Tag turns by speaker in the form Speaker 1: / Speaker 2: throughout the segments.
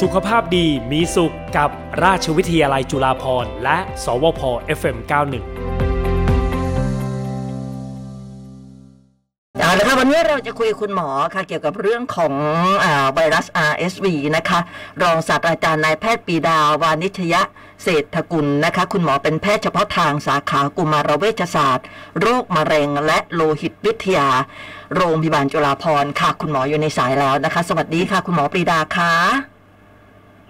Speaker 1: สุขภาพดีมีสุขกับราชวิทยาลัยจุฬาภรณ์และ สวพ FM91
Speaker 2: เอาละค่ะวันนี้เราจะคุยกับคุณหมอค่ะเกี่ยวกับเรื่องของอาไวรัส RSV นะคะ รองศาสตราจารย์นายแพทย์ปรีดาวานิชยะเศรษฐกุลนะคะ คุณหมอเป็นแพทย์เฉพาะทางสาขากุมารเวชศาสตร์ โรคมะเร็งและโลหิตวิทยา โรงพยาบาลจุฬาภรณ์ค่ะ คุณหมออยู่ในสายแล้วนะคะ สวัสดีค่ะ คุณหมอปรีดาค่ะ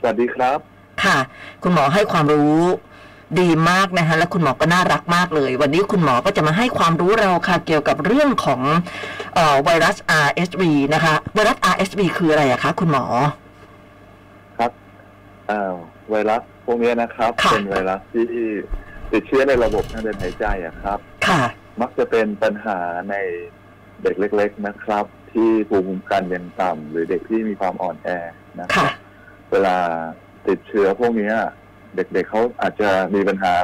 Speaker 3: สวัสดีครับ
Speaker 2: ค่ะ คุณหมอให้ความรู้ดีมากนะคะและคุณหมอก็น่ารักมากเลย วันนี้คุณหมอก็จะมาให้ความรู้เราค่ะ เกี่ยวกับเรื่องของเออไวรัส RSV นะคะ ไวรัส RSV คืออะไรอะคะ คุณหมอ
Speaker 3: ครับอ่าไวรัสพวกเนี้ยนะครับ
Speaker 2: ค่ะ
Speaker 3: เป็นไวรัสที่ติดเชื้อในระบบทางเดินหายใจอะครับ
Speaker 2: ค่ะ
Speaker 3: มักจะเป็นปัญหาในเด็กเล็ก ๆนะครับ ที่ภูมิคุ้มกันยังต่ำหรือเด็กที่มีความอ่อนแอนะครั
Speaker 2: ค่ะ
Speaker 3: บเวลาติดเชื้อพวกเนี้ย เด็กๆเขาอาจจะมีปัญหา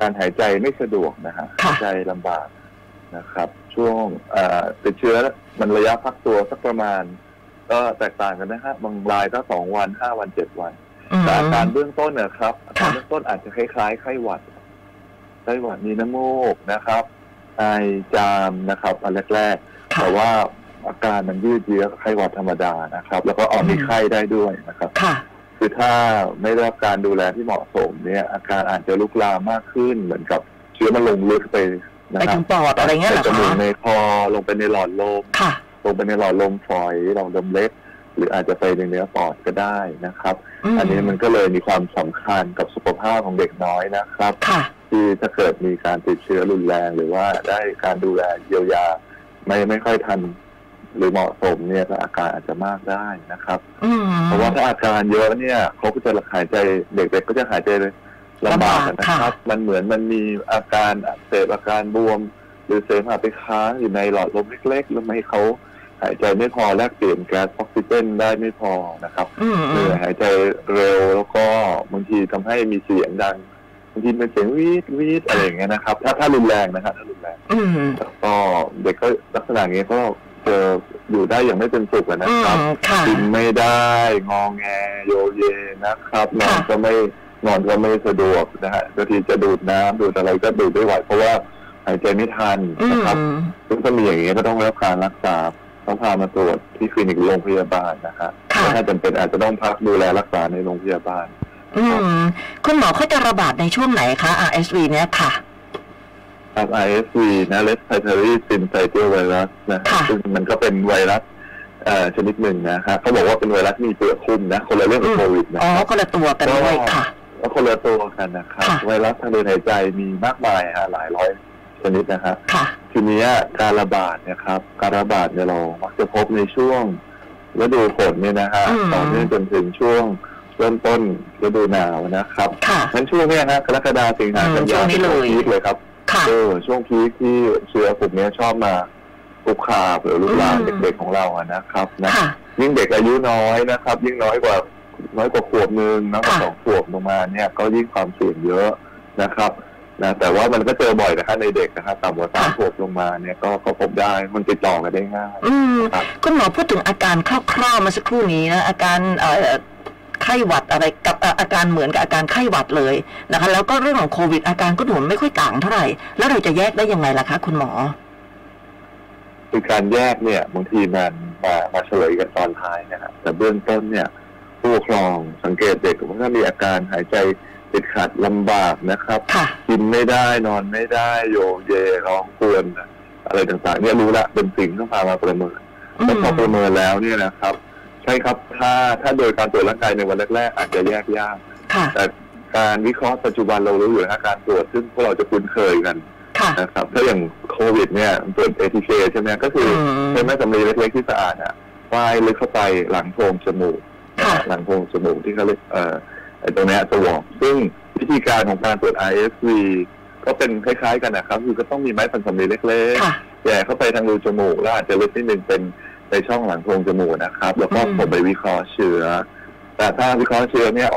Speaker 3: การหายใจไม่สะดวกนะฮะ
Speaker 2: ค่ะ
Speaker 3: หายใจลำบากนะครับ ช่วงเอ่อติดเชื้อมันระยะพักตัวสักประมาณ ก็แตกต่างกันนะฮะบางรายก็สองวันห้าวันเจ็ดวัน
Speaker 2: อืม
Speaker 3: แต่อาการเบื้องต้นนะครับอาการ
Speaker 2: ค่ะ
Speaker 3: เบื้องต้นอาจจะคล้ายๆไข้หวัดไข้หวัดมีน้ำมูกนะครับไอจามนะครับอันแรกๆ
Speaker 2: ค่ะ
Speaker 3: แต่ว่าอาการมันยืดเยื้อกับไข้หวัดธรรมดานะครับ แล้วก็อ่อนมี
Speaker 2: อืม
Speaker 3: ไข้ได้ด้วยนะครับ
Speaker 2: ค่ะ
Speaker 3: คือถ้าไม่ได้รับการดูแลที่เหมาะสมเนี่ย อาการอาจจะลุกลามมากขึ้นเหมือนกับเชื้อมันลงลึกไปนะ
Speaker 2: ไป
Speaker 3: ครั
Speaker 2: ถึ
Speaker 3: บ
Speaker 2: งปอดอะไรเงี้ยเหรอ
Speaker 3: ในจมู
Speaker 2: คะ
Speaker 3: กในคอลงไปในหลอดลม
Speaker 2: ค่ะ
Speaker 3: ลงไปในหลอดลมฝอยหลอดลมเล็ก หรืออาจจะไปในเนื้อปอดก็ได้นะครับ
Speaker 2: อืม
Speaker 3: อันนี้มันก็เลยมีความสำคัญกับสุขภาพของเด็กน้อยนะครับ
Speaker 2: ค่ะ
Speaker 3: ที่ถ้าเกิดมีการติดเชื้อรุนแรงหรือว่าได้การดูแลเยียวยา ไม่ไม่ค่อยทัน หรือเหมาะสมเนี่ยก็อาการอาจจะมากได้นะครับ
Speaker 2: อืม
Speaker 3: เพราะว่าถ้าอาการเยอะเนี่ยเขาก็จะหายใจเด็กๆก็จะหายใจลำบากนะครับ มันเหมือนมันมีอาการอักเสบอาการบวม หรือเสมหะไปค้างอยู่ในหลอดลมเล็กๆแล้วไม่ให้เขาหายใจไม่พอแลกเปลี่ยนแก๊สออกซิเจนได้ไม่พอนะครับ
Speaker 2: อืม
Speaker 3: เหนื่อยหายใจเร็วแล้วก็บางทีทำให้มีเสียงดังบางทีเป็นเสียงวีดวีดอะไรอย่างเงี้ยนะครับ ถ้าถ้ารุนแรงนะครับถ้ารุนแรง
Speaker 2: อืม
Speaker 3: แล้วก็เด็กก็ลักษณะอย่างเงี้ยก็เจออยู่ได้อย่างไม่เป็นสุขอะนะ
Speaker 2: อืม
Speaker 3: ครับ
Speaker 2: ค่ะ
Speaker 3: กินไม่ได้งองแงโยเยนะครับนอน
Speaker 2: ค่ะ
Speaker 3: ก็ไม่นอนก็ไม่สะดวกนะฮะบางทีจะดูดน้ำดูดอะไรก็ดูดไม่ไหวเพราะว่าหายใจไม่ทัน
Speaker 2: อื
Speaker 3: นะครับ
Speaker 2: ม
Speaker 3: ซึ่งถ้ามีอย่างเงี้ยก็ต้องรับการรักษาต้องพามาตรวจที่คลินิกโรงพยาบาลนะฮะ
Speaker 2: ค่ะ
Speaker 3: ถ้าจำเป็นอาจจะต้องพักดูแลรักษาในโรงพยาบาล
Speaker 2: อืมคุณหมอเขาจะระบาดในช่วงไหนคะ RSV เนี้ยค่ะ
Speaker 3: ครับ ISV นะ Respiratory Syncytial Virus นะ
Speaker 2: ค่ะ
Speaker 3: ซึ่งมันก็เป็นไวรัสเอ่อชนิดหนึ่งนะฮะเขาบอกว่าเป็นไวรัสมีเปลือกหุ้มนะ คนละเรื่องกับโควิดนะ
Speaker 2: อ๋อ
Speaker 3: ครับ
Speaker 2: ก็ละตัวกันด้วยค่ะ
Speaker 3: แล้วคนละตัวกันนะครับ
Speaker 2: ค่ะ
Speaker 3: ไวรัสทางเดินหายใจมีมากมายฮะหลายร้อยชนิดนะฮะ
Speaker 2: ค่ะ
Speaker 3: ทีเนี้ยการระบาดเนะครับ การระบาดเนี่ยเรามักจะพบในช่วงฤดูฝนเนี่ยนะฮะ
Speaker 2: อืม
Speaker 3: ต่อเนื่องจนถึงช่วงเริ่มต้นฤดูหนาวนะครับ
Speaker 2: ค่ะ
Speaker 3: มันช่วงเนี้ยฮะกรกฎาสิงหา
Speaker 2: อืม
Speaker 3: กั
Speaker 2: ช่วย
Speaker 3: นาง
Speaker 2: นี้เลย
Speaker 3: พีคเลยครับ
Speaker 2: ค่ะ
Speaker 3: เออช่วงพีคที่เชื้อกลุ่มเนี้ยชอบมาลุกคาบหรือลุกลาม
Speaker 2: อืม
Speaker 3: เด็กๆของเราอะนะครับนะ
Speaker 2: ค่ะ
Speaker 3: ยิ่งเด็กอายุน้อยนะครับ ยิ่งน้อยกว่าน้อยกว่าขวบหนึ่งน้อยกว่า
Speaker 2: ค่ะ
Speaker 3: สองขวบลงมาเนี่ยก็ยิ่งความเสี่ยงเยอะนะครับนะแต่ว่ามันก็เจอบ่อยนะครับในเด็กนะครับต่ำกว่าสามขวบลงมาเนี่ยก็ก็พบได้มันติดต่อกันได้ง่าย
Speaker 2: อืม
Speaker 3: ครับ
Speaker 2: คุณหมอพูดถึงอาการคร่าวๆมาสักครู่นี้นะอาการเอ่อไข้หวัดอะไรกับเอ่ออาการเหมือนกับอาการไข้หวัดเลยนะคะ แล้วก็เรื่องของโควิด อาการก็ดูเหมือนไม่ค่อยต่างเท่าไหร่ แล้วเราจะแยกได้ยังไงล่ะคะ คุณหมอ
Speaker 3: คือการแยกเนี่ยบางทีมันมามาเฉลยกันตอนท้ายนะฮะแต่เบื้องต้นเนี่ย ผู้ปกครองสังเกตเด็กว่าถ้ามีอาการหายใจติดขัดลำบากนะครับ
Speaker 2: ค่ะ
Speaker 3: กินไม่ได้นอนไม่ได้โยเยร้องครวรอะไรต่างๆ เนี่ยรู้ละเป็นสิ่งที่ต้องพามาประเมิน
Speaker 2: อื
Speaker 3: แล้ว
Speaker 2: ม
Speaker 3: พอประเมินแล้วเนี่ยนะครับ ใช่ครับถ้าถ้าโดยการตรวจร่างกายในวันแรกๆอาจจะแยกยาก
Speaker 2: ค่ะ
Speaker 3: แต่การวิเคราะห์ปัจจุบันเรารู้อยู่แล้วฮะการตรวจซึ่งพวกเราจะคุ้นเคยกัน
Speaker 2: ค่ะ
Speaker 3: นะครับถ้าอย่างโควิดเนี่ยตรวจเอทีเคใช่ไหมก็คือ
Speaker 2: อืม
Speaker 3: ใช้แม่สำลีเล็กๆที่สะอาดอ่ะป้ายลึกเข้าไปหลังโพรงจมูก
Speaker 2: ค่ะ
Speaker 3: หลังโพรงจมูกที่เขาเรียกเอ่อไอ้ตรงเนี้ยสวอปซึ่งวิธีการของการตรวจ ISV ก็เป็นคล้ายๆกันนะครับ คือก็ต้องมีไม้พันสำลีเล็ก
Speaker 2: ค่ะ
Speaker 3: ๆแย่เข้าไปทางรูจมูกแล้วอาจจะลึกนิดนึงเป็นในช่องหลังโพรงจมูกนะครับ แล้วก็
Speaker 2: อืม
Speaker 3: ผมไปวิเคราะห์เชื้อ แต่ถ้าวิเคราะห์เชื้อเนี่ย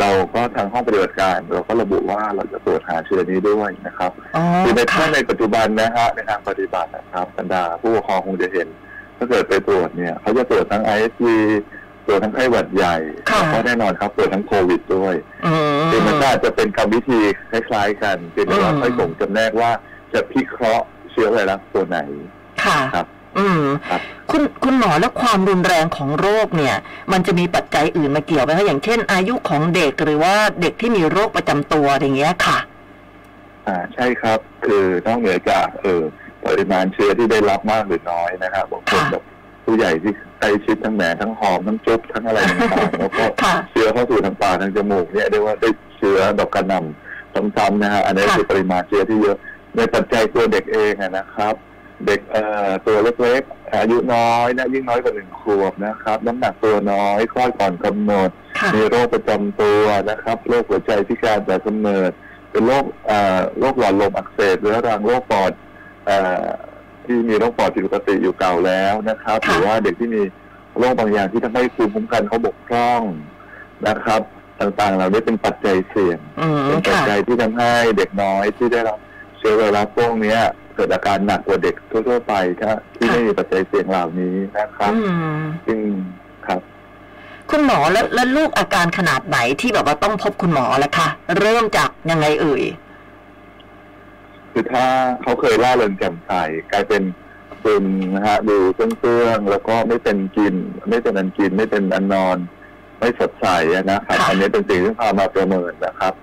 Speaker 3: เราก็ทางห้องปฏิบัติการ เราก็ระบุว่าเราจะตรวจหาเชื้อนี้ด้วยนะครับ
Speaker 2: อ๋อ
Speaker 3: คือใน
Speaker 2: ค่ะ
Speaker 3: ถ้าในปัจจุบันนะฮะในทางปฏิบัตินะครับบรรดาผู้ปกครองคงจะเห็น ถ้าเกิดไปตรวจเนี่ย เขาจะตรวจทั้ง ISV ป่วยทั้งไข้หวัดใหญ่
Speaker 2: ค่ะ
Speaker 3: แล้วก็แน่นอนครับป่วยทั้งโควิดด้วย
Speaker 2: อืม
Speaker 3: คือมันก็อาจจะเป็นกรรมวิธีคล้ายๆกันเพียงแต่
Speaker 2: อื
Speaker 3: เรา
Speaker 2: ม
Speaker 3: ค่อยส่งจำแนกว่าจะพิเคราะห์เชื้อไวรัสตัวไหน
Speaker 2: ค่ะ
Speaker 3: ครับ
Speaker 2: อืม
Speaker 3: ครับ
Speaker 2: คุณคุณหมอแล้วความรุนแรงของโรคเนี่ย มันจะมีปัจจัยอื่นมาเกี่ยวไหมคะอย่างเช่น อายุของเด็กหรือว่าเด็กที่มีโรคประจำตัวอะไรอย่างเงี้ยค่ะ
Speaker 3: อ่าใช่ครับ คือนอกเหนือจากเออปริมาณเชื้อที่ได้รับมากหรือน้อยนะครับบางคน
Speaker 2: ค่ะ
Speaker 3: แบบผู้ใหญ่ที่ใกล้ชิดทั้งแหนทั้งหอมทั้งจุ๊บทั้งอะไรต่าง ๆแล้วก็
Speaker 2: ค่ะ
Speaker 3: เชื้อเข้าสู่ทางปากทางจมูกเนี่ยเรียกว่าได้เชื้อดอกกระหนำซ้ำๆนะฮะอันนี้
Speaker 2: ค่ะ
Speaker 3: คือปริมาณเชื้อที่เยอะในปัจจัยตัวเด็กเองอะนะครับ เด็กเอ่อตัวเล็กๆ อายุน้อยนะยิ่งน้อยกว่าหนึ่งขวบนะครับ น้ำหนักตัวน้อยคลอดก่อนกำหนด
Speaker 2: ค่ะ
Speaker 3: มีโรคประจำตัวนะครับโรคหัวใจพิการแต่กำเนิด เป็นโรคเอ่อโรคหลอดลมอักเสบเรื้อรังโรคปอดเอ่อที่มีโรคปอดผิดปกติอยู่เก่าแล้วนะครับ
Speaker 2: ค่ะ
Speaker 3: หรือว่าเด็กที่มีโรคบางอย่างที่ทำให้ภูมิคุ้มกันเขาบกพร่องนะครับ ต่างๆเหล่านี้เป็นปัจจัยเสี่ยง
Speaker 2: อืม
Speaker 3: เป็นปัจ
Speaker 2: ค่ะ
Speaker 3: จัยที่ทำให้เด็กน้อยที่ได้รับเชื้อไวรัสพวกเนี้ยเกิดอาการหนักกว่าเด็กทั่วๆไปถ้าที่
Speaker 2: ค่ะ
Speaker 3: ไม่มีปัจจัยเสี่ยงเหล่านี้นะครับ
Speaker 2: อืม
Speaker 3: ซึ่งครับ
Speaker 2: คุณหมอแล้วแล้วลูกอาการขนาดไหนที่แบบว่าต้องพบคุณหมอละคะ เริ่มจากยังไงเอ่ย
Speaker 3: คือถ้าเขาเคยล่าเริงแจ่มใสกลายเป็นซึมนะฮะดูเตื้องๆแล้วก็ไม่เป็นกิน ไม่เป็นอันกิน ไม่เป็นอันนอน ไม่สดใสอะนะครับ
Speaker 2: ค่ะ
Speaker 3: อันนี้เป็นสิ่งที่พามาประเมินนะครับ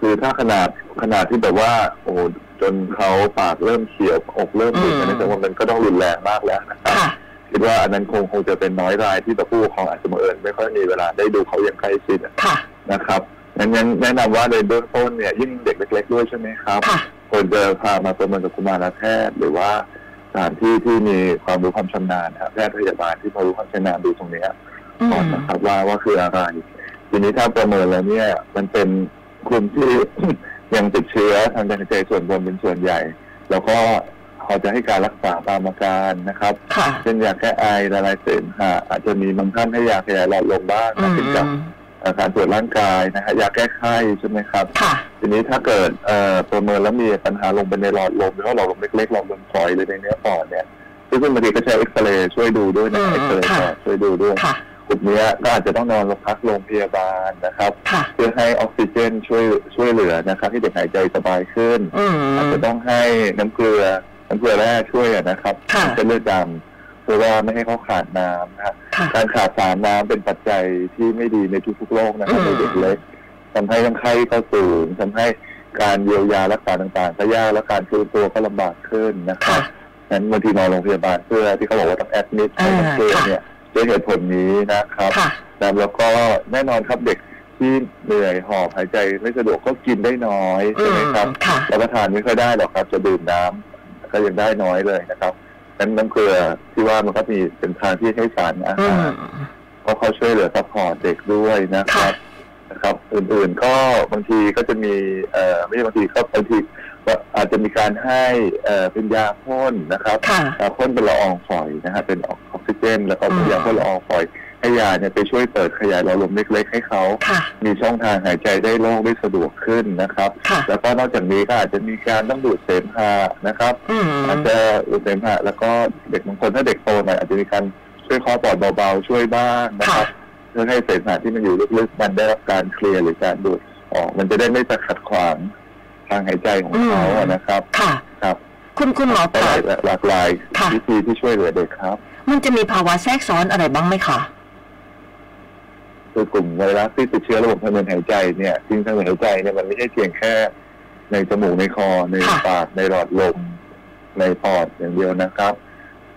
Speaker 3: คือถ้าขนาดขนาดที่แบบว่า โอ้โหจนเขาปากเริ่มเขียวอกเริ่มบุ๋มอันนี้แต่ว่ามันก็ต้องรุนแรงมากแล้วนะครับ
Speaker 2: ค่ะ
Speaker 3: คิดว่าอันนั้นคงคงจะเป็นน้อยรายที่แบบผู้ปกครองอาจจะบังเอิญไม่ค่อยมีเวลาได้ดูเขาอย่างใกล้ชิดอะ
Speaker 2: ค่ะ
Speaker 3: นะครับงั้นงั้นแนะนำว่าในเบื้องต้นเนี่ยยิ่งเด็กเล็ก ๆ ด้วยใช่ไหมครับ
Speaker 2: ค่ะ
Speaker 3: ควรจะพามาประเมินกับกุมารแพทย์หรือว่าสถานที่ที่มีความรู้ความชำนาญนะครับแพทย์พยาบาลที่พอรู้ความชำนาญดูตรงเนี้ย
Speaker 2: อื
Speaker 3: ก่อน
Speaker 2: ม
Speaker 3: นะครับว่าว่าคืออะไร ทีนี้ถ้าประเมินแล้วเนี่ย มันเป็นกลุ่มที่ ยังติดเชื้อทางการหายใจส่วนบนเป็นส่วนใหญ่ แล้วก็เขาจะให้การรักษาตามอาการนะครับ
Speaker 2: ค่ะ
Speaker 3: เช่นยาแก้ไอละลายเสมหะอาจจะมีบางท่านให้ยาขยายหลอดลมบ้าง
Speaker 2: อื
Speaker 3: นะ
Speaker 2: ม
Speaker 3: ติดกับอาการตรวจร่างกายนะฮะยาแก้ไข้ใช่ไหมครับ
Speaker 2: ค่ะ
Speaker 3: ทีนี้ถ้าเกิดเอ่อประเมินแล้วมีปัญหาลงไปในหลอดลมหรือว่าหลอดลมเล็กๆหลอดลมฝอยหรือในเนื้อปอดเนี่ยซึ่งบางทีก็ใช้เอ็กซเรย์ช่วยดูด้วยนะ
Speaker 2: อืม
Speaker 3: เอ็กซเรย์ปอ
Speaker 2: ค่ะ
Speaker 3: ดช่วยดูด้วย
Speaker 2: ค่ะ
Speaker 3: กลุ่มเนี้ยก็อาจจะต้องนอนพักโรงพยาบาลนะครับ
Speaker 2: ค่ะ
Speaker 3: เพื่อให้ออกซิเจนช่วยช่วยเหลือนะครับให้เด็กหายใจสบายขึ้น
Speaker 2: อื
Speaker 3: อาจ
Speaker 2: ม
Speaker 3: จะต้องให้น้ำเกลือน้ำเกลือแร่ช่วยอะนะครับ
Speaker 2: ค่ะ
Speaker 3: น้ำเป็นเลือดดำเพื่อว่าไม่ให้เขาขาดน้ำนะฮะ
Speaker 2: ค่ะ
Speaker 3: การขาดสารน้ำเป็นปัจจัยที่ไม่ดีในทุกๆโรคนะครับ
Speaker 2: อืม
Speaker 3: ในเด็กเล็กทำให้ทั้งไข้ก็สูงทำให้การเยียวยารักษาต่างๆก็ยากและการฟื้นตัวก็ลำบากขึ้นนะค
Speaker 2: ค่ะ
Speaker 3: รับนั้นบางทีนอนโรงพยาบาลเพื่อที่เขาบอกว่าต้องแอดมิด
Speaker 2: อ่า
Speaker 3: ในน้ำเกลือ
Speaker 2: ค่ะ
Speaker 3: เนี่ยด้วยเหตุผลนี้นะครับ
Speaker 2: ค่ะ
Speaker 3: แล้วแล้วก็แน่นอนครับเด็กที่เหนื่อยหอบหายใจไม่สะดวกก็กินได้น้อย
Speaker 2: อื
Speaker 3: ใช่ไหม
Speaker 2: ม
Speaker 3: ครับ
Speaker 2: ค่ะ
Speaker 3: รับประทานไม่ค่อยได้หรอกครับจะดื่มน้ำก็ยังได้น้อยเลยนะครับนั้นน้ำเกลือที่ว่ามันก็มีเป็นทางที่ให้สารอา
Speaker 2: อื
Speaker 3: หาม รเพราะเขาช่วยเหลือซัพพอร์ตเด็กด้วยนะค
Speaker 2: ค่ะ
Speaker 3: รับนะครับ อื่นๆก็บางทีก็จะมีเอ่อไม่ใช่บางทีก็บางทีก็อาจจะมีการให้เอ่อเป็นยาพ่นนะครับ
Speaker 2: ค่ะ
Speaker 3: ยาพ่นเป็นละอองฝอยนะฮะเป็นออกซิเจน แล้วก็เป็นยาพ่นละอองฝอยให้ยาเนี่ยไปช่วยเปิดขยายหลอดลมเล็กๆให้เขา
Speaker 2: ค่ะ
Speaker 3: มีช่องทางหายใจได้โล่งได้สะดวกขึ้นนะครับ
Speaker 2: ค่ะ
Speaker 3: แล้วก็นอกจากนี้ก็อาจจะมีการต้องดูดเสมหะนะครับ
Speaker 2: อืม
Speaker 3: อาจจะดูดเสมหะแล้วก็เด็กบางคนถ้าเด็กโตหน่อยอาจจะมีการช่วยเคอปอดเบาๆช่วยบ้างนะค
Speaker 2: ค่ะ
Speaker 3: รับเพื่อให้เสมหะที่มันอยู่ลึกๆมันได้รับการเคลียร์หรือการดูดออกมันจะได้ไม่ไปขัดขวางทางหายใจของเขาอะนะครับ
Speaker 2: ค่ะ
Speaker 3: ครับ
Speaker 2: คุณคุณหมอ
Speaker 3: ก็
Speaker 2: คะ
Speaker 3: หลายหลากหลาย
Speaker 2: ค่ะ
Speaker 3: วิธีที่ช่วยเหลือเด็กครับ
Speaker 2: มันจะมีภาวะแทรกซ้อนอะไรบ้างไหมคะ
Speaker 3: คือกลุ่มไวรัสที่ติดเชื้อระบบทางเดินหายใจเนี่ยจริงทางเดินหายใจเนี่ยมันไม่ใช่เพียงแค่ ในจมูกในคอใน
Speaker 2: ค่ะ
Speaker 3: ปากในหลอดลมในปอดอย่างเดียวนะครับ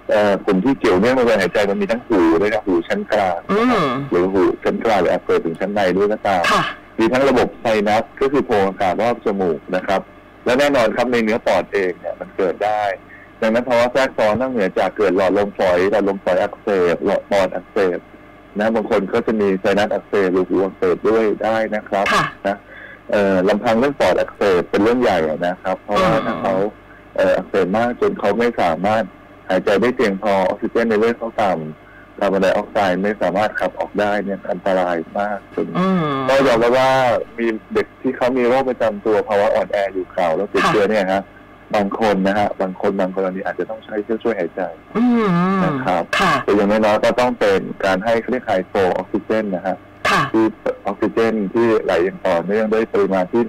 Speaker 3: เอ่อกลุ่มที่เกี่ยวเนื่องกับทางหายใจมันมีทั้งหูด้วยนะหูชั้นกลาง
Speaker 2: อืม
Speaker 3: หรือหูชั้นกลางหรืออัปเปอร์ถึงชั้นในด้วยก็ตาม
Speaker 2: ค่ะ
Speaker 3: มีทั้งระบบไซนัสก็คือโพรงอากาศรอบจมูกนะครับ และแน่นอนครับในเนื้อปอดเองเนี่ยมันเกิดได้ ดังนั้นภาวะแทรกซ้อนนอกเหนือจากเกิดหลอดลมฝอยหลอดลมฝอยอักเสบหลอดปอดอักเสบนะบางคนก็จะมีไซนัสอักเสบหรือหูอักเสบด้วยได้นะครับ
Speaker 2: ค่ะ
Speaker 3: นะเอ่อลำพังเรื่องปอดอักเสบเป็นเรื่องใหญ่อะนะครับ เพราะว่าถ้าเขาเอ่ออักเสบมากจนเขาไม่สามารถหายใจได้เพียงพอออกซิเจนในเลือดเขาต่ำคาร์บอนไดออกไซด์ไม่สามารถขับออกได้เนี่ยอันตรายมากจน
Speaker 2: อืม
Speaker 3: ก็ยอมรับว่ามีเด็กที่เขามีโรคประจำตัวภาวะอ่อนแออยู่เก่าแล้วติด
Speaker 2: ค่ะ
Speaker 3: เชื้อเนี่ยฮะ บางคนนะฮะบางคนบางกรณีอาจจะต้องใช้เครื่องช่วยหายใจ
Speaker 2: อืม
Speaker 3: นะครับ
Speaker 2: ค่ะ
Speaker 3: แต่อย่างน้อยๆก็ต้องเป็นการให้เครื่องหายโฟออกซิเจนนะฮะ
Speaker 2: ค่ะ
Speaker 3: คือออกซิเจนที่ไหลอย่างต่อเนื่องด้วยปริมาณที่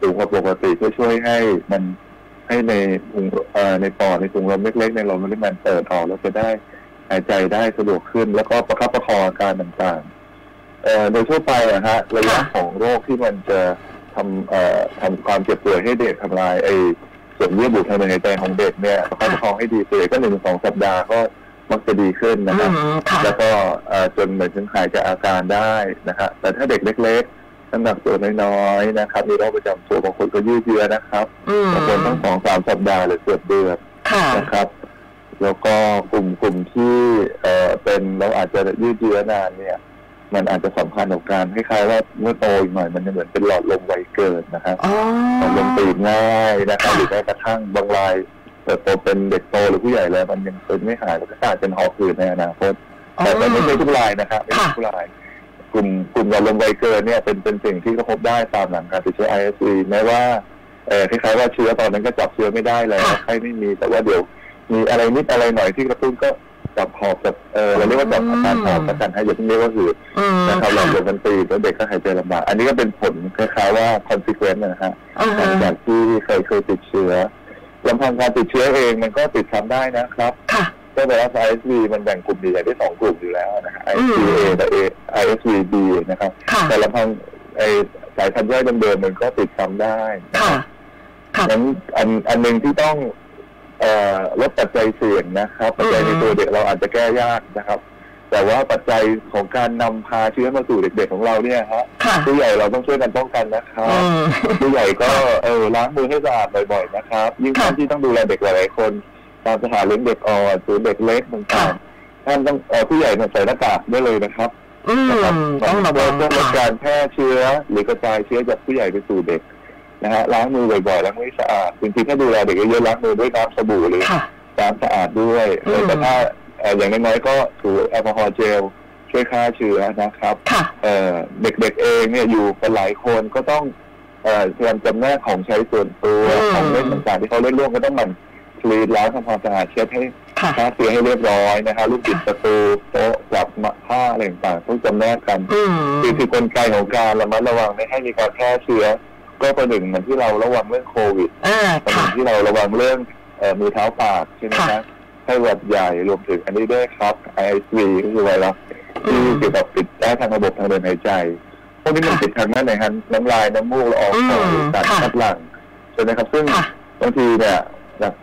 Speaker 3: สูงกว่าปกติเพื่อช่วยให้มันให้ในถุงเอ่อในปอดในถุงลมเล็กๆในลมเล็กๆมันเปิดออกแล้วจะได้หายใจได้สะดวกขึ้น แล้วก็ประคับประคองอาการต่างๆเอ่อโดยทั่วไปอะฮะระยะ
Speaker 2: ค่ะ
Speaker 3: ของโรคที่มันจะทำเอ่อทำความเจ็บป่วยให้เด็กทำลายไอ ส่วนเลือดบุทางเดินหายใจของเด็กเนี่ยประคับประคองให้ดีเสียก็หนึ่งสองสัปดาห์ก็มักจะดีขึ้น
Speaker 2: อื
Speaker 3: นะครับ
Speaker 2: มค่ะ
Speaker 3: แล้วก็เอ่อจนเหมือนถึงหายจากอาการได้นะฮะแต่ถ้าเด็กเล็กๆน้ำหนักตัวน้อยๆนะครับมีโรคประจำตัวบางคนก็ยืดเยื้อนะครับ
Speaker 2: อืม
Speaker 3: บางคนต้องสองสามสัปดาห์หรือเกือบเดือน
Speaker 2: ค่ะ
Speaker 3: นะครับ แล้วก็กลุ่มกลุ่มที่เอ่อเป็นเราอาจจะยืดเยื้อนานเนี่ย มันอาจจะสำคัญกับการคล้ายๆว่าเมื่อโตอีกหน่อยมันจะเหมือนเป็นหลอดลมไวเกินนะครับ
Speaker 2: อ๋อ
Speaker 3: อารมณ์ตื่นง่ายนะครับ
Speaker 2: ค่ะ
Speaker 3: หรือแม้กระทั่งบางรายเติบโตเป็นเด็กโตหรือผู้ใหญ่แล้วมันยังเป็นไม่หายแล้วก็อาจเป็นหอบหืดในอนาคต
Speaker 2: อ๋อ
Speaker 3: แต่แต่ไม่ใช่ทุกรายนะครับไม่ใช่
Speaker 2: ค่ะ
Speaker 3: ทุกราย กลุ่มกลุ่มเราลงไวเกินเนี่ยเป็นเป็นสิ่งที่ก็พบได้ตามหลังการติดเชื้อ ISV แม้ว่าเอ่อคล้ายๆว่าเชื้อตอนนั้นก็จับเชื้อไม่ได้แล้วไข้ไม่มีแต่ว่าเดี๋ยวมีอะไรนิดอะไรหน่อยที่กระตุ้นก็จับหอบจับเออเราเรียกว่าจับอาการหอบประกันให้อย่าเพิ่งเรียกว่าหืด
Speaker 2: อืม
Speaker 3: นะครับหลอ
Speaker 2: ค่ะ
Speaker 3: ดลมมันตีบแล้วเด็กก็หายใจลำบากอันนี้ก็เป็นผลคล้ายๆว่า consequence นะฮะ
Speaker 2: อ่า
Speaker 3: หลั
Speaker 2: ฮะ
Speaker 3: งจากที่เคยเคยติดเชื้อลำพังการติดเชื้อเองมันก็ติดซ้ำได้นะครับ
Speaker 2: ค่ะ
Speaker 3: ก็แปลว่า ISV มันแบ่งกลุ่มใหญ่ๆได้สองกลุ่มอยู่แล้วนะฮะ
Speaker 2: อืม
Speaker 3: ISV A กับ A ISV B นะครับ
Speaker 2: ค่ะ
Speaker 3: แต่ลำพังไอสายพันธุ์ย่อยเดิมๆมันก็ติดซ้ำได้
Speaker 2: ค่ะ
Speaker 3: งั้นอันอันหนึ่งที่ต้องเอ่อลดปัจจัยเสี่ยงนะครับ ปัจจัยในตัวเด็กเราอาจจะแก้ยากนะครับ แต่ว่าปัจจัยของการนำพาเชื้อมาสู่เด็กๆของเราเนี่ยฮะ
Speaker 2: ค่ะ
Speaker 3: ผู้ใหญ่เราต้องช่วยกันป้องกันนะครั
Speaker 2: อื
Speaker 3: บ
Speaker 2: ม
Speaker 3: ผู้ใหญ่ก็เออล้างมือให้สะอาดบ่อยๆนะครับ ยิ่ง
Speaker 2: ค่ะ
Speaker 3: ท่านที่ต้องดูแลเด็กหลายๆคนตามสถานเลี้ยงเด็กอ่อนศูนย์เด็กเล็กต่า
Speaker 2: ค่ะ
Speaker 3: งๆท่านต้องเอ่อผู้ใหญ่เนี่ยใส่หน้ากากได้เลยนะครับ
Speaker 2: อืม
Speaker 3: นะครับ
Speaker 2: ต้องระวัง
Speaker 3: เพื่อลด
Speaker 2: ค่ะ
Speaker 3: การแพร่เชื้อ หรือกระจายเชื้อจากผู้ใหญ่ไปสู่เด็กนะฮะล้างมือบ่อยๆล้างมือให้สะอาดจริงๆถ้าดูแลเด็กเยอะๆล้างมือด้วยน้ำสบู่หรือ
Speaker 2: ค่ะ
Speaker 3: น้ำสะอาดด้วย
Speaker 2: อืม
Speaker 3: แต่ถ้าเอ่ออย่างน้อยๆก็ถูแอลกอฮอล์เจลช่วยฆ่าเชื้อนะครับ
Speaker 2: ค่ะ
Speaker 3: เอ่อเด็กๆเองเนี่ยอยู่กันหลายคนก็ต้องเอ่อพยายามจำแนกของใช้ส่วนตัว
Speaker 2: อืม
Speaker 3: ของเล่นต่างๆที่เขาเล่นร่วมก็ต้องหมันคลีนล้างทำความสะอาดเช็ดให้
Speaker 2: ค่ะ
Speaker 3: ค่าเตียงให้เรียบร้อยนะครับลูกปิดประตูโต๊ะกลับมาผ้าอะไรต่างๆต้องจำแนกกัน
Speaker 2: อืม
Speaker 3: คือคือกลไกของการระมัดระวังไม่ให้มีการแพร่เชื้อ ก็ประหนึ่งเหมือนที่เราระวังเรื่องโควิด
Speaker 2: อ่า
Speaker 3: ประห
Speaker 2: ค่ะ
Speaker 3: นึ่งที่เราระวังเรื่องเอ่อมือเท้าปากใช่ไหมครั
Speaker 2: ค่ะ
Speaker 3: บไข้หวัดใหญ่รวมถึงอันนี้ด้วยครับ ISV ก็คือไวรัส
Speaker 2: อื
Speaker 3: ที่
Speaker 2: ม
Speaker 3: เกี่ยวกับติดได้ทางระบบทางเดินหายใจพวกนี้มัน
Speaker 2: ค่ะ
Speaker 3: ติดทางด้านไหนฮะน้ำลายน้ำมูกละอองฝอย
Speaker 2: อืม
Speaker 3: ตัด
Speaker 2: ค่ะ
Speaker 3: คัดหลังใช่ไหมครับซึ่ง
Speaker 2: ค่ะ
Speaker 3: บางทีเนี่ยแบบ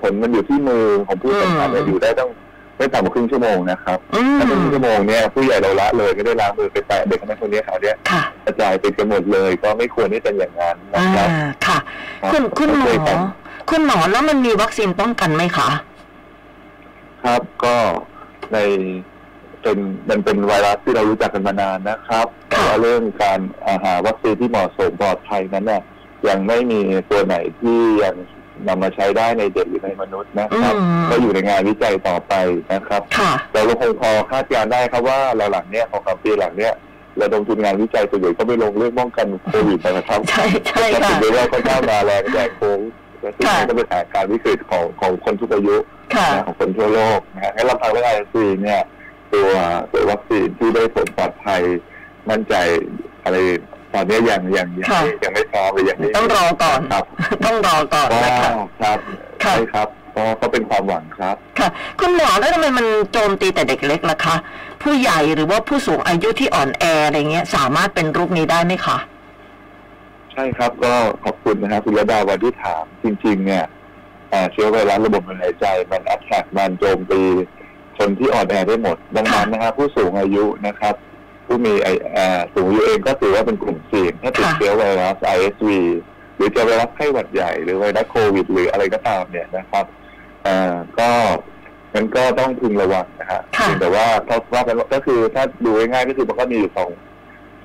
Speaker 3: ผลมันอยู่ที่มือของผู้สัมผัสเนี่ย
Speaker 2: อืม
Speaker 3: อยู่ได้ต้องไม่ต่ำกว่าครึ่งชั่วโมงนะครับ
Speaker 2: อืม
Speaker 3: ถ้าครึ่งชั่วโมงเนี่ยผู้ใหญ่เราละเลยไม่ได้ล้างมือไปแตะเด็กคนนั้นคนนี้เขาเนี่ย
Speaker 2: ค่ะ
Speaker 3: กระจายไปกันหมดเลย ก็ไม่ควรที่จะอย่างนั้นนะ
Speaker 2: อ่า
Speaker 3: ครับ
Speaker 2: ค่ะ
Speaker 3: รับ
Speaker 2: คุณคุณหม
Speaker 3: ช่วย
Speaker 2: อ
Speaker 3: กัน
Speaker 2: คุณหมอแล้วมันมีวัคซีนป้องกันไหมคะ
Speaker 3: ครับก็ในเป็นมันเป็นไวรัสที่เรารู้จักกันมานานนะครับแต่ว่าเรื่องการอาหาวัคซีนที่เหมาะสมปลอดภัยนั้นเนี่ยยังไม่มีตัวไหนที่ยังนำมาใช้ได้ในเด็กหรือในมนุษย์นะ
Speaker 2: อื
Speaker 3: ครับ
Speaker 2: ม
Speaker 3: ก็อยู่ในงานวิจัยต่อไปนะครับ
Speaker 2: ค่ะ
Speaker 3: เราลงคงพอคาดการณ์ได้ครับว่าเราหลังเนี้ยของสามปีหลังเนี้ยระดมทุนงานวิจัยส่วนใหญ่ก็ไปลงเรื่องป้องกันโควิดนะครับ
Speaker 2: ใช่ใช่
Speaker 3: แต่
Speaker 2: ค่ะ
Speaker 3: ถึงแม้ว่าก็ก้าวมาแรงแดงโค้งแต่ซึ่ง
Speaker 2: ค่ะ
Speaker 3: มันก็เป็นสถานการณ์วิกฤตของของคนทุกอายุ
Speaker 2: ค่ะ
Speaker 3: นะของคนทั่วโลกนะฮะงั้นเราทางเรื่องไอซีเนี่ยตัวตัววัคซีนที่ได้ผลปลอดภัยมั่นใจอะไรตอนเนี้ยยังยังยังไม่
Speaker 2: ค่ะ
Speaker 3: ยังไม่พร้อมหรือยังไม่
Speaker 2: ต้องรอก่อน
Speaker 3: ครับ
Speaker 2: ต้องรอก่อน
Speaker 3: ก็
Speaker 2: นะคะ
Speaker 3: ครับ
Speaker 2: ค่ะ
Speaker 3: ใช่ครับก็ก็เป็นความหวังครับ
Speaker 2: ค่ะ คุณหมอแล้วทำไมมันโจมตีแต่เด็กเล็กล่ะคะ ผู้ใหญ่หรือว่าผู้สูงอายุที่อ่อนแออะไรเงี้ย สามารถเป็นโรคนี้ได้ไหมคะ
Speaker 3: ใช่ครับก็ขอบคุณนะครับคุณระดาวันที่ถามจริง ๆ เนี่ยเอ่อเชื้อไวรัสระบบทางเดินหายใจ มันอัดแทกมันโจมตีคนที่อ่อนแอได้หมด ดังนั้นนะครับผู้สูงอายุนะครับ ผู้มีไอเอ่อสูงอายุเองก็ถือว่าเป็นกลุ่มเสี่ยงถ้าติด
Speaker 2: ค่ะ
Speaker 3: เชื้อไวรัส ISV หรือจะไวรัสไข้หวัดใหญ่หรือไวรัสโควิด หรืออะไรก็ตามเนี่ยนะครับเอ่อก็มันก็ต้องพึงระวังนะฮะ
Speaker 2: ค่ะ
Speaker 3: เพียงแต่ว่าเขาว่ากันว่าก็คือถ้าดูง่ายๆก็คือมันก็มีอยู่สอง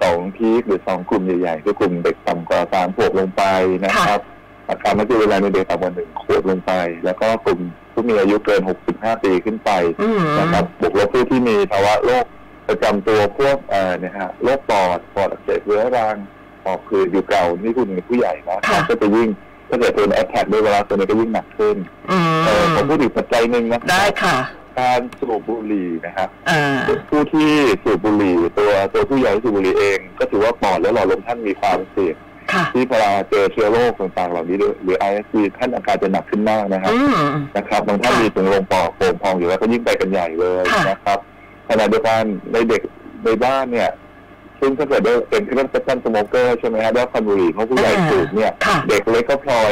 Speaker 3: สองพีคหรือสองกลุ่มใหญ่ๆคือกลุ่มเด็กต่ำกว่าสามขวบลงไปนะครับ อาการมักจะเวลาในเด็กต่ำกว่าหนึ่งขวบลงไป แล้วก็กลุ่มผู้มีอายุเกินหกสิบห้าปีขึ้นไป
Speaker 2: อืม
Speaker 3: นะครับบวกลบผู้ที่มีภาวะโรคประจำตัวพวกเอ่อเนี่ยฮะโรคปอดปอดอักเสบเรื้อรังปอดคืออยู่เก่านี่คุณผู้ใหญ่นะครั
Speaker 2: ค่ะ
Speaker 3: บก็จะยิ่ง ถ้าเกิดเป็นแอ t แทกด้วยไวรัสตัวนี้ก็ยิ่งหนักขึ้น
Speaker 2: อื
Speaker 3: เอ่อผม
Speaker 2: ม
Speaker 3: พูดอีกปัจจัยหนึ่งนะ
Speaker 2: ได้ค่ะ
Speaker 3: การสูบบุหรี่นะครับ
Speaker 2: อ่า
Speaker 3: ผู้ที่สูบบุหรี่ตัวตัวผู้ใหญ่ที่สูบบุหรี่เอง ก็ถือว่าปอดและหลอดลมท่านมีความเสี่ยง
Speaker 2: ค่ะ
Speaker 3: ที่เวลาเจอเชื้อโรคต่างๆเหล่านี้ด้วยหรือ ISV ท่านอาการจะหนักขึ้นมากนะครับ
Speaker 2: อืม
Speaker 3: นะครับบางท่าน
Speaker 2: ค่ะ
Speaker 3: มีถุงลมปอดโป่งพองอยู่แล้วก็ยิ่งไปกันใหญ่เลย
Speaker 2: ค่ะ
Speaker 3: นะครับขณะเดียวกันในเด็กในบ้านเนี่ย ซึ่งถ้าเกิดได้เป็นเครื่องเซ็กซ์สโมเกอร์ใช่ไหมฮะแล้วควันบุหรี่เขาะผู้ใหญ่สูบเนี่ย
Speaker 2: ค่ะ
Speaker 3: เด็กเล็กก็พลอย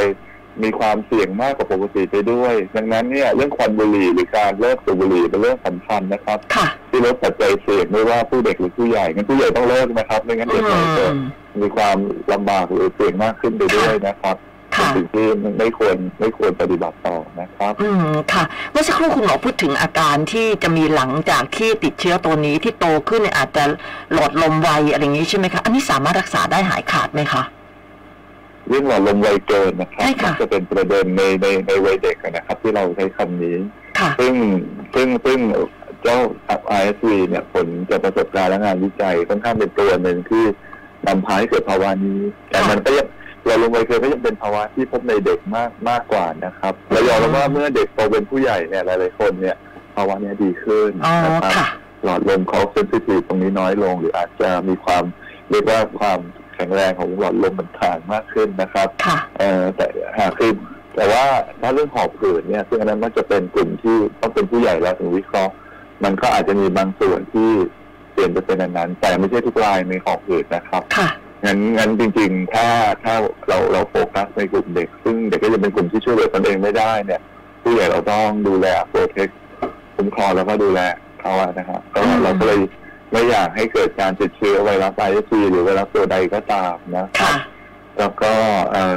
Speaker 3: มีความเสี่ยงมากกว่าปกติไปด้วย ดังนั้นเนี่ยเรื่องควันบุหรี่หรือการเลิกสูบบุหรี่เป็นเรื่องสำคัญนะครับ
Speaker 2: ค่ะ
Speaker 3: ที่ลดปัจจัยเสี่ยงไม่ว่าผู้เด็กหรือผู้ใหญ่งั้นผู้ใหญ่ต้องเลิกนะครับไม่งั้น
Speaker 2: อื
Speaker 3: เด็กอาจจะ
Speaker 2: ม
Speaker 3: มีความลำบากหรือเสี่ยงมากขึ้นไปด้วยนะครับเป็
Speaker 2: ค่ะ
Speaker 3: นสิ่งที่ไม่ควรไม่ควรปฏิบัติต่อนะครับ
Speaker 2: อืมค่ะเมื่อสักครู่คุณหมอพูดถึงอาการที่จะมีหลังจากที่ติดเชื้อตัวนี้ที่โตขึ้นเนี่ยอาจจะหลอดลมไวอะไรอย่างนี้ใช่ไหมคะ อันนี้สามารถรักษาได้หายขาดไหมคะ
Speaker 3: เรื่องหลอดลมไวเกินนะครับ
Speaker 2: ใช่ค่ะ
Speaker 3: มัจะเป็นประเด็นในในในวัยเด็กอะนะครับ ที่เราใช้คำนี้
Speaker 2: ค่ะ
Speaker 3: ซึ่งซึ่งซึ่งเจ้า RSV เนี่ยผลจากประสบการณ์และงานวิจัยค่อนข้างเป็นตัวหนึ่งที่นำพาให้เกิดภาวะนี้ แต่
Speaker 2: ค่ะ
Speaker 3: มันก็ยังเราลงไปเคยก็ยังเป็นภาวะที่พบในเด็กมากมากกว่านะครับเรายอมรับว่าเมื่อเด็กโตเป็นผู้ใหญ่เนี่ยหลายๆคนเนี่ยภาวะเนี้ยดีขึ้น
Speaker 2: อ๋อ
Speaker 3: นะครับ
Speaker 2: ค่ะ
Speaker 3: หลอดลมเขาเซนซิทีฟตรงนี้น้อยลง หรืออาจจะมีความเรียกว่าความแข็งแรงของหลอดลมมันทางมากขึ้นนะครับ
Speaker 2: ค่ะ
Speaker 3: เอ่อแต่หากคือแต่ว่าถ้าเรื่องหอบหืดเนี่ยซึ่งอันนั้นมันจะเป็นกลุ่มที่ต้องเป็นผู้ใหญ่แล้วถึงวิเคราะห์ มันก็อาจจะมีบางส่วนที่เปลี่ยนไปเป็นอันนั้น แต่ไม่ใช่ทุกรายมีหอบหืดนะครับ
Speaker 2: ค่ะ
Speaker 3: งั้นงั้นจริงๆ ถ้าถ้าเราเราโฟกัสในกลุ่มเด็ก ซึ่งเด็กก็จะเป็นกลุ่มที่ช่วยเหลือตนเองไม่ได้เนี่ยผู้ใหญ่เราต้องดูแลโปรเทคคุ้มครองแล้วก็ดูแลเขาอะนะครับก็
Speaker 2: อืม
Speaker 3: เราก็เลยไม่อยากให้เกิดการติดเชื้อไวรัสไอซีหรือไวรัสตัวใดก็ตามนะครั
Speaker 2: ค่ะ
Speaker 3: บแล้วก็เอ่อ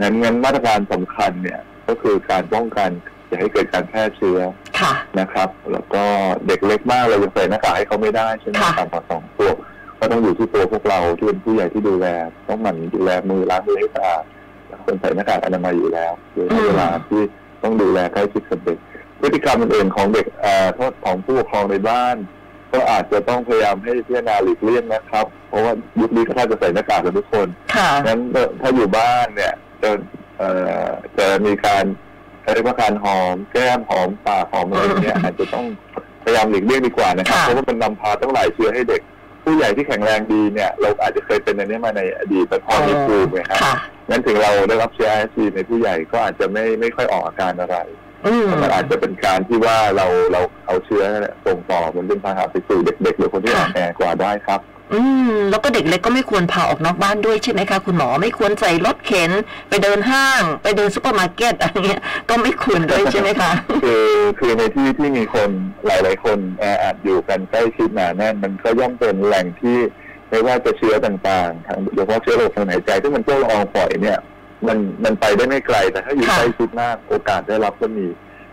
Speaker 3: งั้นงั้นมาตรการสำคัญเนี่ยก็คือการป้องกันอย่าให้เกิดการแพร่เชื้อ
Speaker 2: ค่ะ
Speaker 3: นะครับ แล้วก็เด็กเล็กมากเรายังใส่หน้ากากให้เขาไม่ได้ใช่ไหม
Speaker 2: ค่ะ
Speaker 3: ต่ำกว่าสองตัวบ ก็ต้องอยู่ที่ตัวพวกเราที่เป็นผู้ใหญ่ที่ดูแล ต้องหมั่นดูแลมือล้างมือให้สะอาดคนใส่หน้ากากอนามัยอยู่แล้วคือในเวลาที่ต้องดูแลใกล้ชิดกับเด็ก พฤติกรรมอื่นๆของเด็กเอ่อโทษของผู้ปกครองในบ้าน ก็อาจจะต้องพยายามให้พิจารณาหลีกเลี่ยงนะครับ เพราะว่ายุคนี้ก็แทบจะใส่หน้ากากกันทุกคน
Speaker 2: ค่ะ
Speaker 3: งั้นถ้าอยู่บ้านเนี่ยจะเอ่อจะมีการเรียกว่าการหอมแก้มหอมปากหอมอะไรเงี้ยอาจจะต้องพยายามหลีกเลี่ยงดีกว่านะครับ
Speaker 2: ค่ะ
Speaker 3: เพราะว่ามันนำพาตั้งหลายเชื้อให้เด็ก ผู้ใหญ่ที่แข็งแรงดีเนี่ย เราอาจจะเคยเป็นอันเนี้ยมาในอดีตแต่พอมีภูมิไงครับ
Speaker 2: ค่ะ
Speaker 3: งั้นถึงเราได้รับเชื้อไอซีในผู้ใหญ่ก็อาจจะไม่ไม่ค่อยออกอาการอะไร
Speaker 2: อืม
Speaker 3: มันอาจจะเป็นการที่ว่าเราเราเอาเชื้อเนี่ยส่งต่อมันเป็นพาหะไปสู่เด็กๆหรือคนที่อ่อนแอกว่าได้ครับ
Speaker 2: อืม แล้วก็เด็กเล็กก็ไม่ควรพาออกนอกบ้านด้วยใช่ไหมคะคุณหมอ ไม่ควรใส่รถเข็น ไปเดินห้าง ไปเดินซุปเปอร์มาร์เก็ตอะไรเงี้ย ก็ไม่ควรด้วยใช่ไหมคะ
Speaker 3: คือคือในที่ที่มีคนหลาย ๆ คนแออัดอยู่กันใกล้ชิดหนาแน่นมันก็ย่อมเป็นแหล่งที่ไม่ว่าจะเชื้อต่างๆทางโดยเฉพาะเชื้อโรคทางหายใจที่มันพวกละอองฝอยเนี่ย มันมันไปได้ไม่ไกลแต่ถ้าอยู่
Speaker 2: ค่ะ
Speaker 3: ใกล้ชิดมากโอกาสได้รับก็มี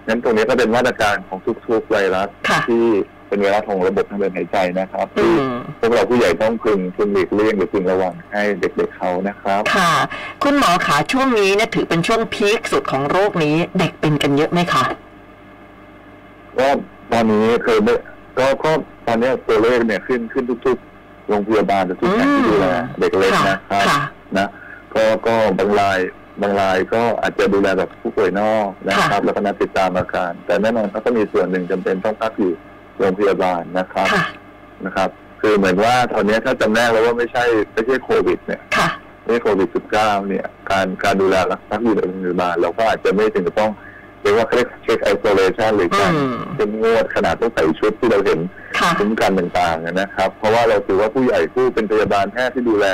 Speaker 3: นั้นตรงนี้ก็เป็นมาตรการของทุก ๆ ไวรัส
Speaker 2: ค่ะ
Speaker 3: ที่เป็นไวรัสของระบบทางเดินหายใจนะครับ
Speaker 2: อื
Speaker 3: ที่
Speaker 2: ม
Speaker 3: พวกเราผู้ใหญ่ต้องพึงพึงหลีกเลี่ยงหรือพึงระวังให้เด็ก ๆเขานะครับ
Speaker 2: ค่ะ คุณหมอขาช่วงนี้เนี่ยถือเป็นช่วงพีคสุดของโรคนี้เด็กเป็นกันเยอะไหมคะ
Speaker 3: ก็ตอนนี้เคยได้ก็ก็ตอนเนี้ยตัวเลขเนี่ยขึ้นขึ้นทุกๆโรงพยาบาลทุกๆแห่งที่ดูแล
Speaker 2: อืม
Speaker 3: เด็กเล็ก
Speaker 2: ค่ะ
Speaker 3: นะครับ
Speaker 2: ค่ะ
Speaker 3: นะก็ก็บางรายบางรายก็อาจจะดูแลแบบผู้ป่วยนอกนะครับ แล้วก็นัดติดตามอาการ แต่แน่นอนเขาก็มีส่วนหนึ่งจำเป็นต้องพักอยู่โรงพยาบาลนะครับ
Speaker 2: ค่ะ
Speaker 3: นะครับ คือเหมือนว่าตอนเนี้ยถ้าจำแนกแล้วว่าไม่ใช่ไม่ใช่โควิดเนี่ย
Speaker 2: ค่ะ
Speaker 3: ด้วยโควิด 19 เนี่ย การการดูแลรักษาอยู่ในโรงพยาบาลเราก็อาจจะไม่ถึงกับต้องเรียกว่าเช็คไอโซเลชันหรือการ
Speaker 2: อืม
Speaker 3: เป็นงวดขนาดต้องใส่ชุดที่เราเห็น
Speaker 2: ค่ะ
Speaker 3: คุ้มกันต่างๆอะนะครับ เพราะว่าเราถือว่าผู้ใหญ่ผู้เป็นพยาบาลแพทย์ที่ดูแล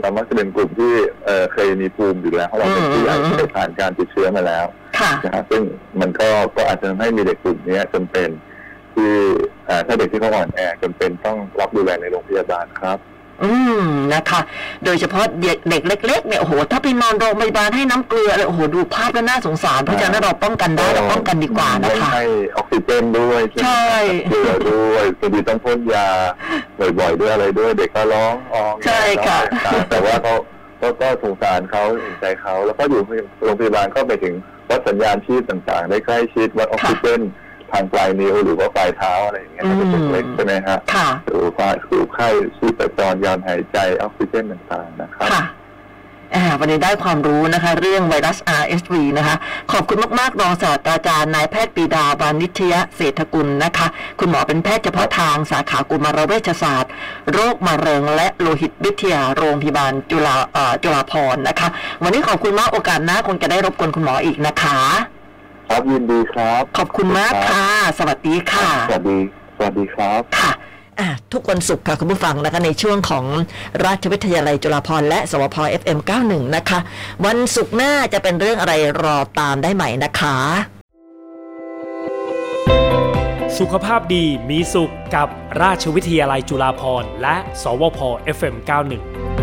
Speaker 3: เรามักจะเป็นกลุ่มที่เอ่อเคยมีภูมิอยู่แล้วเพราะเราเป็นผู้ใหญ่
Speaker 2: อืม
Speaker 3: เคยผ่านการติดเชื้อมาแล้ว
Speaker 2: ค่ะ
Speaker 3: นะครับซึ่งมันก็ก็อาจจะทำให้มีเด็กกลุ่มเนี้ยจำเป็นที่อ่าถ้าเด็กที่เขาอ่อนแอจำเป็นต้องรับดูแลในโรงพยาบาลครับ
Speaker 2: อืม นะคะ โดยเฉพาะเด็กเด็กเล็กๆเนี่ย โอ้โห ถ้าไปนอนโรงพยาบาลให้น้ำเกลืออะไรโอ้โห ดูภาพแล้วน่าสงสาร เพราะฉะนั้นเราป้องกันได้ เราป้องกันดีกว่านะคะ
Speaker 3: ไม่ให้ออกซิเจนด้วยไหม
Speaker 2: ใช่
Speaker 3: เกลือด้วยบางทีต้องพ่นยาบ่อยๆด้วยอะไรด้วย เด็กก็ร้องออง
Speaker 2: ใช่ค่ะ
Speaker 3: ร้องอองแต่ว่าเขาก็ก็สงสารเขาเห็นใจเขา แล้วก็อยู่โรงพยาบาลก็ไปถึงวัดสัญญาณชีพต่างๆ ได้ใกล้ชิดวัดออกซิเจนทางปลายนิ้วหรือว่าปลายเท้าอะไรอย่างเงี้ยให้เป็นเล็กๆใช่ไหมฮะ
Speaker 2: ค่ะ
Speaker 3: หรือว่าสูบไข้ชีพจรยานหายใจออกซิเจนต่างๆนะครับ
Speaker 2: ค่ะ อ่าวันนี้ได้ความรู้นะคะ เรื่องไวรัส RSV นะคะ ขอบคุณมาก ๆ รองศาสตราจารย์นายแพทย์ปรีดาวานิชยเศรษฐกุลนะคะ คุณหมอเป็นแพทย์เฉพาะทางสาขากุมารเวชศาสตร์ โรคมะเร็งและโลหิตวิทยาโรงพยาบาลจุฬาเอ่อจุฬาภรณ์นะคะ วันนี้ขอบคุณมากโอกาสหน้าคงจะได้รบกวนคุณหมออีกนะคะ
Speaker 3: ครับยินดีครับ
Speaker 2: ขอบคุณมากค่ะ สวัสดีค่ะ
Speaker 3: สวัสดีสวัสดีครับ
Speaker 2: ค่ะอ่ะ ทุกวันศุกร์ค่ะ คุณผู้ฟังนะคะในช่วงของราชวิทยาลัยจุฬาภรณ์และสวพ FM 91 นะคะ วันศุกร์หน้าจะเป็นเรื่องอะไรรอตามได้ใหม่นะคะ
Speaker 1: สุขภาพดีมีสุขกับราชวิทยาลัยจุฬาภรณ์และ สวพ FM91